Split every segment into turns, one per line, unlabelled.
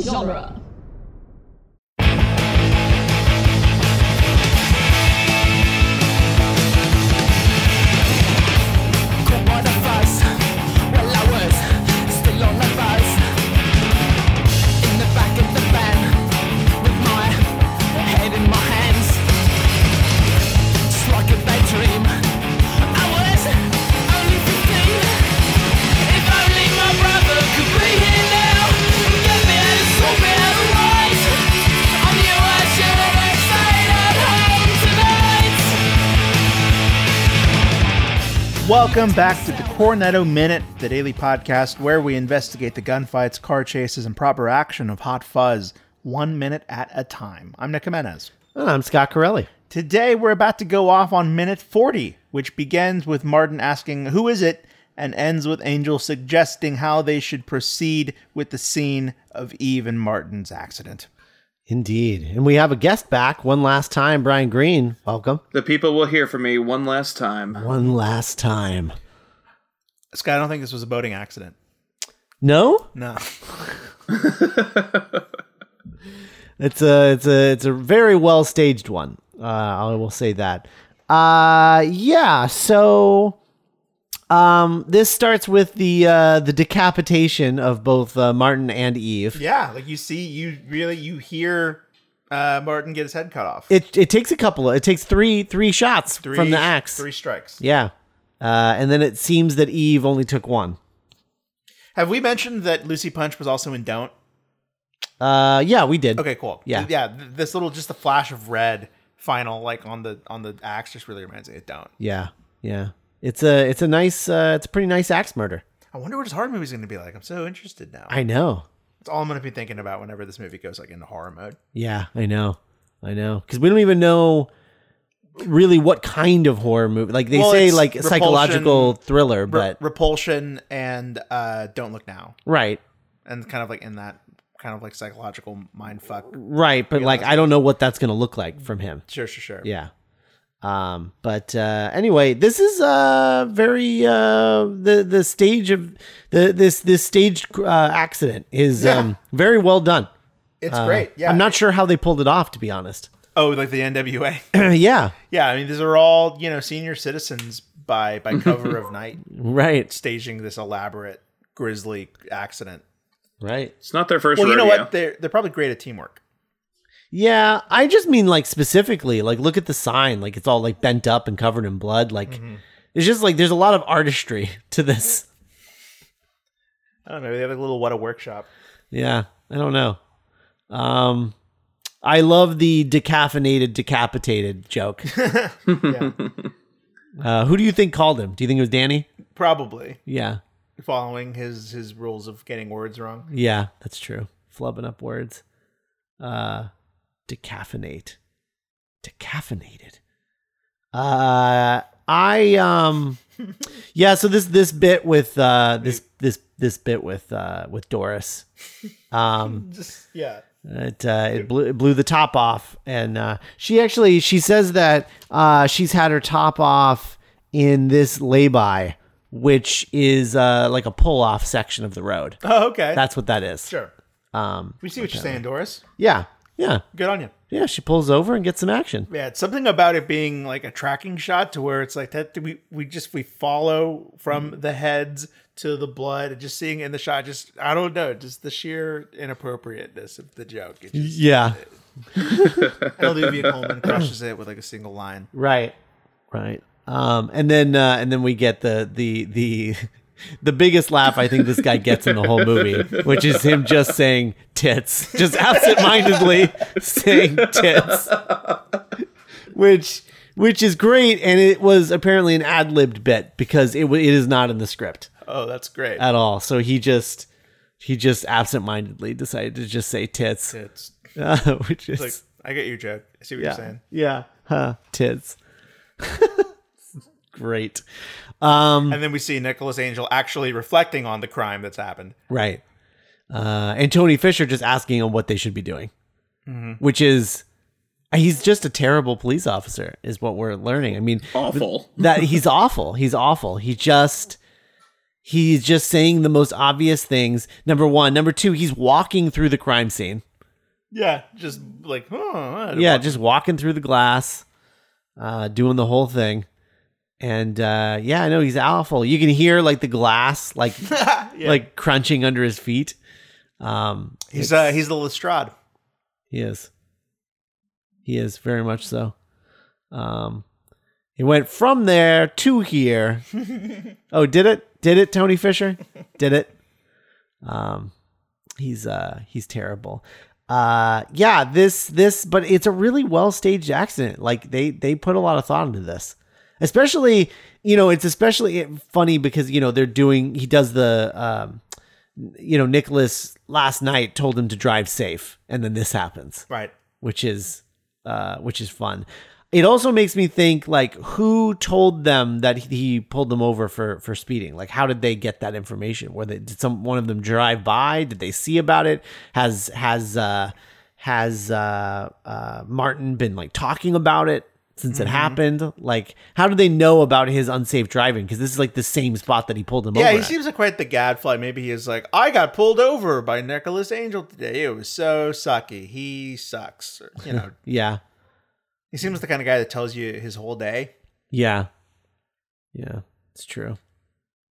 genre.
Caught by the fuzz while I was still on the bus. In the back of the van with my head in my hands. It's like a bad dream. I was only 15. If only my brother could be here now and get me out and sort me out of right. I knew I should have stayed at home tonight.
Welcome back to the Cornetto Minute, the daily podcast where we investigate the gunfights, car chases, and proper action of Hot Fuzz, one minute at a time. I'm Nick Jimenez.
Oh, I'm Scott Corelli.
Today we're about to go off on minute 40, which begins with Martin asking, Who is it? and ends with Angel suggesting how they should proceed with the scene of Eve and Martin's accident.
Indeed. And we have a guest back one last time, Brian Green. Welcome.
The people will hear from me one last time.
One last time.
Scott, I don't think this was a boating accident.
No?
No.
It's a it's a it's a very well staged one. Uh, I will say that. Uh yeah, so um this starts with the uh the decapitation of both uh, Martin and Eve.
Yeah, like you see, you really, you hear uh, Martin get his head cut off.
It it takes a couple of it takes three three shots from the
sh-
axe.
Three strikes.
Yeah. Uh and then it seems that Eve only took one.
Have we mentioned that Lucy Punch was also in Don't?
Uh yeah, we did.
Okay, cool.
Yeah.
yeah. th- This little, just the flash of red final, like on the on the axe, just really reminds me of Don't.
Yeah, yeah. It's a it's a nice uh, it's a pretty nice axe murder.
I wonder what his horror movie's going to be like. I'm so interested now.
I know.
It's all I'm going to be thinking about whenever this movie goes like into horror mode.
Yeah, I know. I know because we don't even know really what kind of horror movie. Like they
Well,
say,
it's
like
repulsion-
psychological thriller,
Re-
but
Repulsion and uh, Don't Look Now,
right,
and kind of like in that kind of like psychological mind fuck.
right. But like I don't know what that's gonna look like from him.
Sure, sure, sure.
Yeah. Um, but uh, anyway, this is uh very uh, the the stage of the this this staged uh, accident is
Yeah.
um, very well done.
it's
Uh,
great. Yeah,
I'm not sure how they pulled it off, to be honest.
Oh, like the NWA.
yeah,
yeah, I mean these are all you know senior citizens by by cover of night
right,
staging this elaborate grisly accident.
right.
It's not their first
Well, you know
rodeo.
what? They're they're probably great at teamwork.
Yeah, I just mean like specifically, like look at the sign, like it's all like bent up and covered in blood. Like it's just like there's a lot of artistry to this.
I don't know. They have a little what a workshop.
Yeah, I don't know. Um, I love the decaffeinated decapitated joke.
Yeah,
Uh, who do you think called him? Do you think it was Danny?
probably
Yeah,
following his his rules of getting words wrong.
yeah, that's true. Flubbing up words. Uh, decaffeinate, decaffeinated. Uh, I um, yeah. So this this bit with uh this this this bit with uh with Doris, um,
Just yeah.
it uh, it blew it blew the top off, and uh, she actually she says that uh she's had her top off in this lay-by, which is uh like a pull off section of the road.
Oh, okay.
That's what that is.
sure.
Um,
We see what you're saying, Doris.
yeah, yeah.
Good on you.
Yeah, she pulls over and gets some action.
Yeah, it's something about it being like a tracking shot to where it's like that we we just we follow
Mm-hmm.
from the heads to the blood and just seeing in the shot just I don't know, just the sheer inappropriateness of the joke. It just,
Yeah.
and Olivia Coleman crushes it with like a single line.
Right. Right. Um, and then uh, and then we get the the the the biggest laugh I think this guy gets in the whole movie, which is him just saying tits, just absentmindedly saying tits, which which is great, and it was apparently an ad libbed bit because it wa- it is not in the script
Oh, that's great.
at all. So he just he just absentmindedly decided to just say tits,
it's
uh, which is
like I get your joke. I see what you're saying.
yeah. Huh. Tits. Great. Um,
And then we see Nicholas Angel actually reflecting on the crime that's happened.
right. Uh, and Tony Fisher just asking him what they should be doing, which is he's just a terrible police officer, is what we're learning. I mean,
Awful.
that he's awful. He's awful. He just He's just saying the most obvious things. Number one. Number two, he's walking through the crime scene.
Yeah, just like, huh, I don't
yeah,
want-
just walking through the glass, uh, doing the whole thing. And uh, yeah, I know he's awful. You can hear like the glass like
Yeah.
like crunching under his feet. Um,
he's uh, he's the Lestrade.
he is. He is very much so. Um, it went from there to here. oh, did it? Did it, Tony Fisher? Did it? Um, he's uh, he's terrible. Uh, yeah, this this, but it's a really well staged accident. Like they they put a lot of thought into this, especially you know it's especially funny because you know they're doing he does the um, you know Nicholas last night told him to drive safe, and then this happens
Right.
which is uh, which is fun. It also makes me think like who told them that he pulled them over for for speeding? Like how did they get that information? Were they did some one of them drive by? Did they see about it? Has has uh has uh, uh Martin been like talking about it since it happened? Like how do they know about his unsafe driving? Because this is like the same spot that he pulled them
Yeah,
over.
he
at.
seems like quite the gadfly. Maybe he is like, I got pulled over by Nicholas Angel today. It was so sucky. He sucks. Or, You know,
yeah.
he seems the kind of guy that tells you his whole day.
Yeah. Yeah. It's true.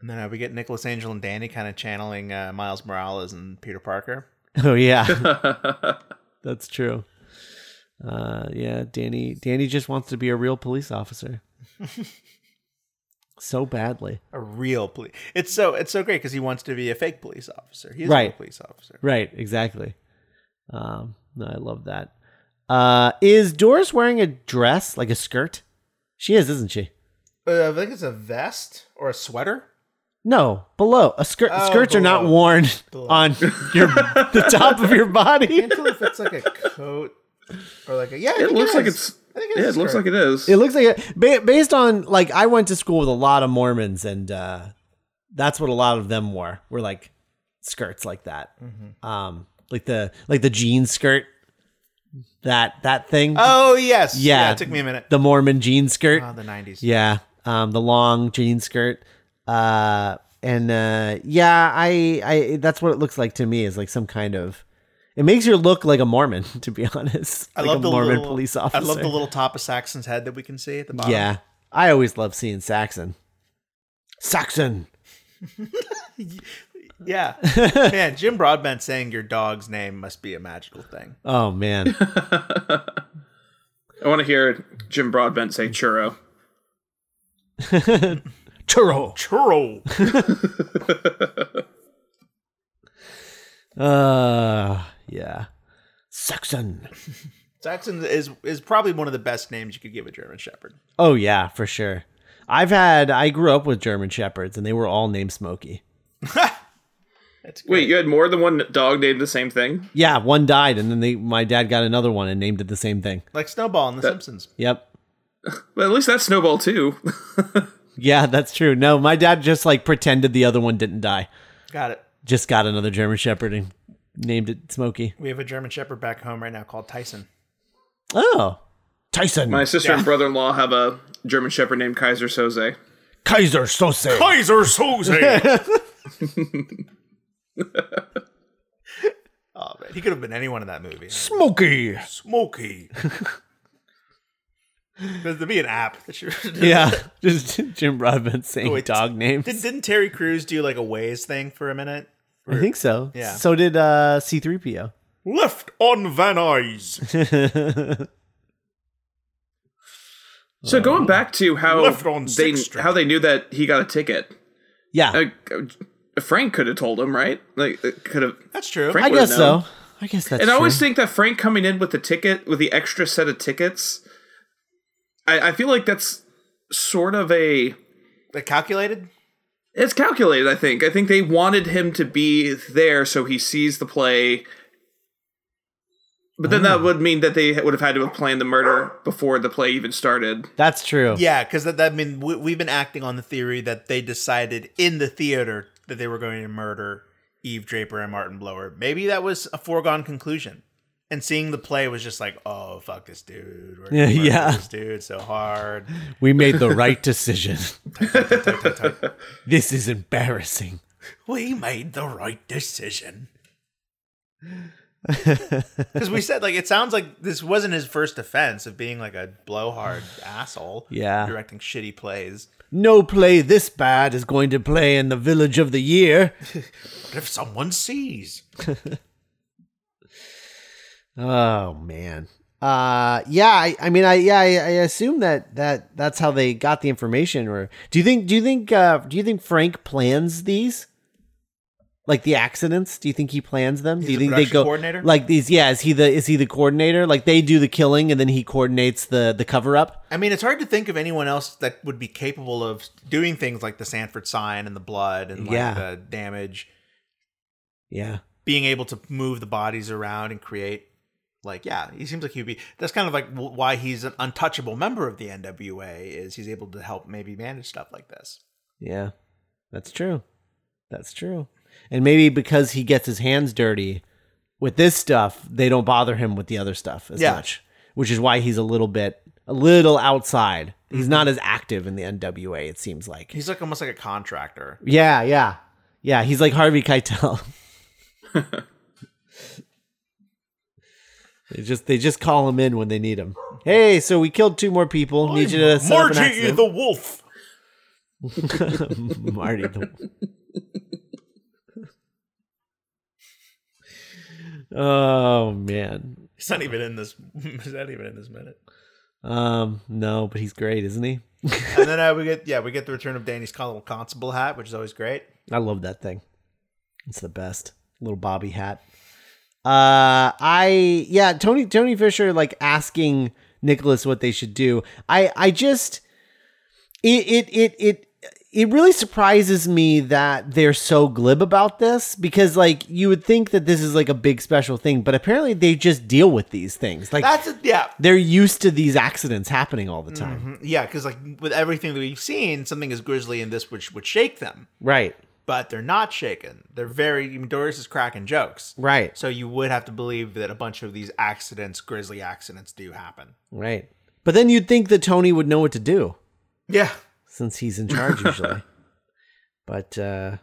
And then uh, we get Nicholas Angel and Danny kind of channeling uh, Miles Morales and Peter Parker.
Oh yeah.
yeah,
That's true. Uh, yeah, Danny. Danny just wants to be a real police officer. so badly.
A real police. It's so it's so great because he wants to be a fake police officer. He's a
Right.
real police officer.
Right. Exactly. Um, no, I love that. Uh, is Doris wearing a dress like a skirt? She is, isn't she?
Uh, I think it's a vest or a sweater.
No, below a skirt.
Oh,
skirts are not
below.
worn
Below.
on your the top of your body.
Can't tell if it's like a coat or like a yeah. I
It
think
looks like
is.
it's-
I think
it looks like it is.
It looks like a, ba- based on like I went to school with a lot of Mormons, and uh, that's what a lot of them wore. Were like skirts like that,
Mm-hmm.
um, like the like the jean skirt, that that thing,
Oh yes.
Yeah.
It took me a minute.
the Mormon jean skirt.
Oh, the nineties.
Yeah, um, the long jean skirt. Uh, and uh, yeah, I, I that's what it looks like to me is like some kind of. It makes you look like a Mormon, to be honest.
I
Like
love
a
the
Mormon
little,
police officer.
I love the little top of Saxon's head that we can see at the bottom.
Yeah. I always love seeing Saxon. Saxon.
yeah. Man, Jim Broadbent saying your dog's name must be a magical thing.
Oh man.
I want to hear Jim Broadbent say churro.
Churro.
Churro.
Uh yeah. Saxon.
Saxon is is probably one of the best names you could give a German Shepherd.
Oh yeah, for sure. I've had I grew up with German shepherds and they were all named Smokey.
That's great.
Wait, you had more than one dog named the same thing?
Yeah, one died and then they my dad got another one and named it the same thing.
like Snowball in The Simpsons.
Yep.
Well, at least that's Snowball too.
Yeah, that's true. No, my dad just like pretended the other one didn't die.
Got it.
Just got another German shepherd and named it Smokey.
We have a German Shepherd back home right now called Tyson.
Oh. Tyson.
My sister and brother-in-law have a German Shepherd named Kaiser Soze.
Kaiser Sose.
Kaiser Soze. oh man, he could have been anyone in that movie.
Smokey.
Smokey. There's to be an app that you
Yeah, just Jim Broadbent saying
Wait,
dog names.
Did, didn't Terry Crews do like a ways thing for a minute?
I think so.
Yeah.
So did uh, C3PO.
Left on Van Nuys. Oh.
So going back to how
Left on
they
Sixth Street.
how they knew that he got a ticket,
Yeah,
like, uh, Frank could have told him, right? Like uh, could have.
That's true.
Frank
I
would've
guess
known.
so. I guess that's.
And I always
true.
think that Frank coming in with the ticket with the extra set of tickets, I, I feel like that's sort of a
They calculated.
It's calculated, I think. I think they wanted him to be there so he sees the play. But then that would mean that they would have had to have planned the murder before the play even started.
that's true.
Yeah, because that, that I mean we, we've been acting on the theory that they decided in the theater that they were going to murder Eve Draper and Martin Blower. Maybe that was a foregone conclusion. and seeing the play was just like, oh fuck this dude, We're
Yeah,
gonna murder
yeah.
this dude so hard.
We made the right decision.
Type, type, type, type, type.
This is embarrassing.
we made the right decision because we said like it sounds like this wasn't his first offense of being like a blowhard asshole.
Yeah.
directing shitty plays.
No play this bad is going to play in the village of the year.
But if someone sees,
Oh man. Uh yeah, I, I mean I yeah, I, I assume that that that's how they got the information or do you think do you think uh do you think Frank plans these? Like the accidents? Do you think he plans them? do
He's
you
the
think
production coordinator?
like these yeah, is he the is he the coordinator? Like they do the killing and then he coordinates the the cover up?
I mean, it's hard to think of anyone else that would be capable of doing things like the Sanford sign and the blood and like
Yeah.
the damage,
Yeah.
being able to move the bodies around and create. Like, yeah, he seems like he'd be. That's kind of like w- why he's an untouchable member of the NWA is he's able to help maybe manage stuff like this.
Yeah. That's true. That's true. And maybe because he gets his hands dirty with this stuff, they don't bother him with the other stuff as
Yeah.
much, which is why he's a little bit a little outside. He's not as active in the NWA it seems like.
He's like almost like a contractor.
yeah, yeah. Yeah, he's like Harvey Keitel. they just they just call him in when they need him. Hey, so we killed two more people. Need you to set up an
Marty
accident.
the Wolf.
Marty the Oh man.
He's not even in this. He's not even in this minute.
Um no, but he's great, isn't he?
And then uh, we get yeah we get the return of Danny's Constable Constable hat, which is always great.
I love that thing. It's the best. Little Bobby hat. Uh I yeah, Tony Tony Fisher like asking Nicholas what they should do. I I just it it it it it really surprises me that they're so glib about this because like you would think that this is like a big special thing, but apparently they just deal with these things. Like
That's a, yeah.
they're used to these accidents happening all the time.
Yeah, because like with everything that we've seen, something as grisly in this which would shake them,
Right.
but they're not shaken. They're very I mean, Doris is cracking jokes,
Right.
So you would have to believe that a bunch of these accidents, grisly accidents, do happen.
Right. But then you'd think that Tony would know what to do.
Yeah,
since he's in charge usually. but uh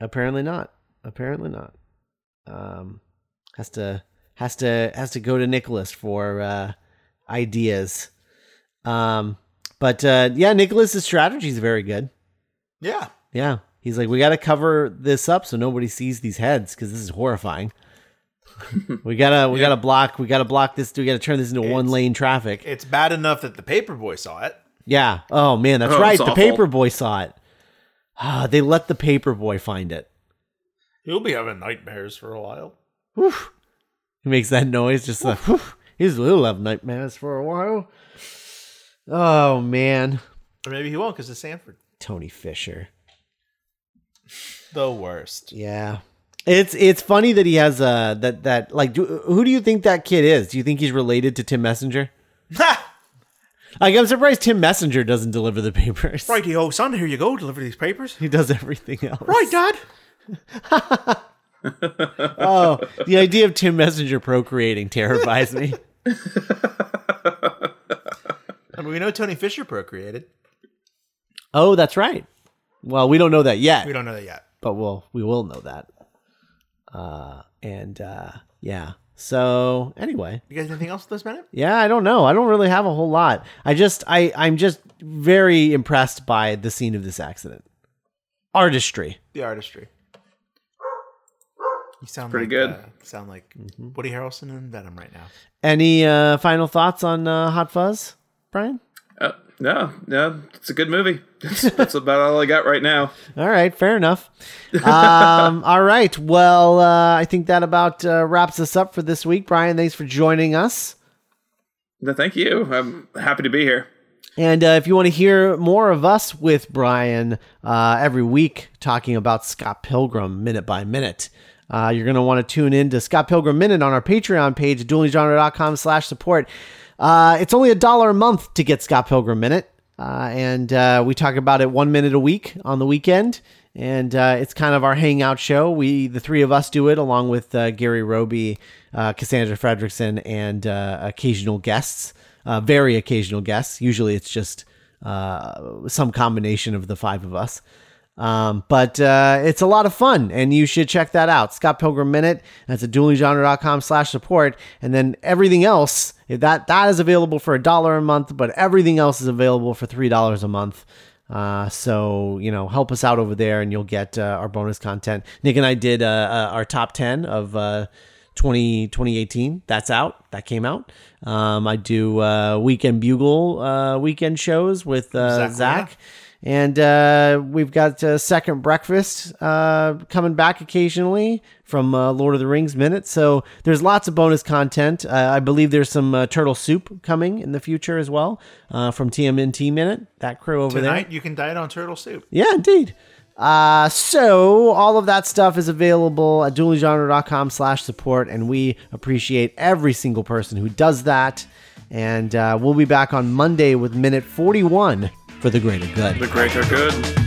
apparently not. Apparently not. Um has to has to has to go to Nicholas for uh ideas. Um but uh yeah, Nicholas's strategy is very good.
yeah.
Yeah. He's like, we got to cover this up so nobody sees these heads because this is horrifying. we gotta, we gotta block, we gotta block this. We gotta turn this into one lane traffic.
It's bad enough that the paperboy saw it.
Yeah. Oh man, that's
Oh,
right.
it's
The
awful.
paper boy saw it. Ah, they let the paper boy find it.
He'll be having nightmares for a while.
He makes that noise just like whew, he's will have nightmares for a while. Oh man.
Or maybe he won't because it's Sanford.
Tony Fisher.
The worst.
Yeah. It's it's funny that he has uh that that like do, who do you think that kid is? Do you think he's related to Tim Messenger?
Ha!
Like I'm surprised Tim Messenger doesn't deliver the papers.
Righty ho, son, here you go. Deliver these papers.
He does everything else.
Right, Dad.
Oh, the idea of Tim Messenger procreating terrifies me.
And we know Tony Fisher procreated.
Oh, that's right. Well, we don't know that yet.
We don't know that yet.
but we'll we will know that. Uh, and uh, yeah. So anyway,
You guys anything else this minute?
yeah, I don't know. I don't really have a whole lot. I just I I'm just very impressed by the scene of this accident. Artistry.
The artistry. You sound
Pretty
like,
good.
uh, sound like Woody Harrelson and Venom right now.
Any uh, final thoughts on uh, Hot Fuzz, Brian?
Uh, no, no, it's a good movie. That's, that's about all I got right now.
All right, fair enough. Um, all right, well, uh, I think that about uh, wraps us up for this week. Brian, thanks for joining us.
No, thank you. I'm happy to be here.
And uh, if you want to hear more of us with Brian uh, every week talking about Scott Pilgrim minute by minute, uh, you're going to want to tune in to Scott Pilgrim Minute on our Patreon page, duelinggenre.com slash support. Uh, it's only a dollar a month to get Scott Pilgrim Minute. Uh, and uh, we talk about it one minute a week on the weekend. and uh, it's kind of our hangout show. We the three of us do it along with uh, Gary Roby, uh, Cassandra Fredrickson, and uh, occasional guests, uh, very occasional guests. Usually it's just uh, some combination of the five of us. Um, but uh, it's a lot of fun, and you should check that out. Scott Pilgrim Minute. That's at duelinggenre.com slash support. And then everything else, if that that is available for a dollar a month, but everything else is available for three dollars a month. Uh, so you know, help us out over there, and you'll get uh, our bonus content. Nick and I did uh, uh, our top ten of uh, 20, 2018. That's out. That came out. Um, I do uh, weekend bugle uh, weekend shows with uh,
Zach
Zach. And uh, we've got uh, Second Breakfast uh, coming back occasionally from uh, Lord of the Rings Minute. So there's lots of bonus content. Uh, I believe there's some uh, Turtle Soup coming in the future as well uh, from TMNT Minute, that crew over there.
Tonight you can diet on turtle soup.
Yeah, indeed. Uh, so all of that stuff is available at dualgenre.com slash support, and we appreciate every single person who does that. And uh, we'll be back on Monday with minute 41 for the greater good.
The great are good.